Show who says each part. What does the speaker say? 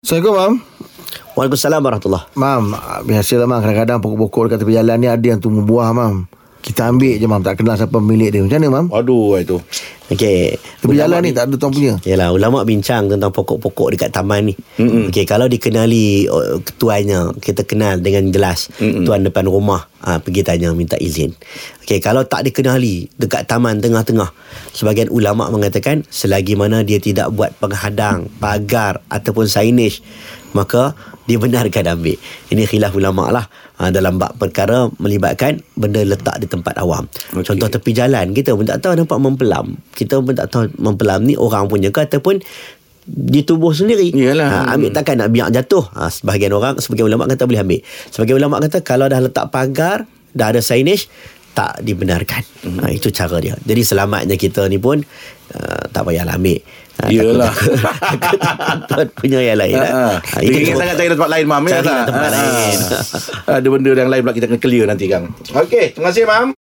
Speaker 1: Assalamualaikum, Mam.
Speaker 2: Waalaikumsalam warahmatullahi
Speaker 1: Mam, ah, biasalah, Mam. Kadang-kadang pokok-pokok dekat tepi jalan ni ada yang tumbuh buah, Mam. Kita ambil je, Mam. Tak kenal siapa milik dia. Macam mana, Mam?
Speaker 3: Aduh itu.
Speaker 2: Okey.
Speaker 1: Tepi jalan ni tak ada tuan punya.
Speaker 2: Yalah ulama bincang tentang pokok-pokok dekat taman ni. Mm-mm. Okey kalau dikenali oh, tuannya, kita kenal dengan jelas Mm-mm. tuan depan rumah, ha, pergi tanya minta izin. Okey kalau tak dikenali dekat taman tengah-tengah, sebagian ulama mengatakan selagi mana dia tidak buat penghadang, pagar ataupun signage, maka dibenarkan ambil. Ini khilaf ulama lah ha, dalam bab perkara melibatkan benda letak di tempat awam. Okay. Contoh tepi jalan kita pun tak tahu nampak mempelam. Kita pun tak tahu mempelam ni orang punya ke ataupun ditubuh sendiri.
Speaker 3: Yalah.
Speaker 2: Ha, ambil takkan nak biar jatuh. Ha, sebahagian orang, sebagian ulama kata boleh ambil. Sebagian ulama kata kalau dah letak pagar, dah ada signage, tak dibenarkan.
Speaker 3: Mhm.
Speaker 2: Ha, itu cara dia. Jadi selamatnya kita ni pun uh, tak payahlah ambil. Ha,
Speaker 3: Yalah.
Speaker 2: takut- takut- takut tuan punya yang lain.
Speaker 3: Ha, ha.
Speaker 2: Ha,
Speaker 3: Dia ingat sangat cari tempat lain, Mam. ya
Speaker 2: Carilah
Speaker 3: tak?
Speaker 2: tempat
Speaker 3: Ha.
Speaker 2: lain.
Speaker 3: Ada benda yang lain pula kita kena clear nanti, Kang. Okey, terima kasih, Mam.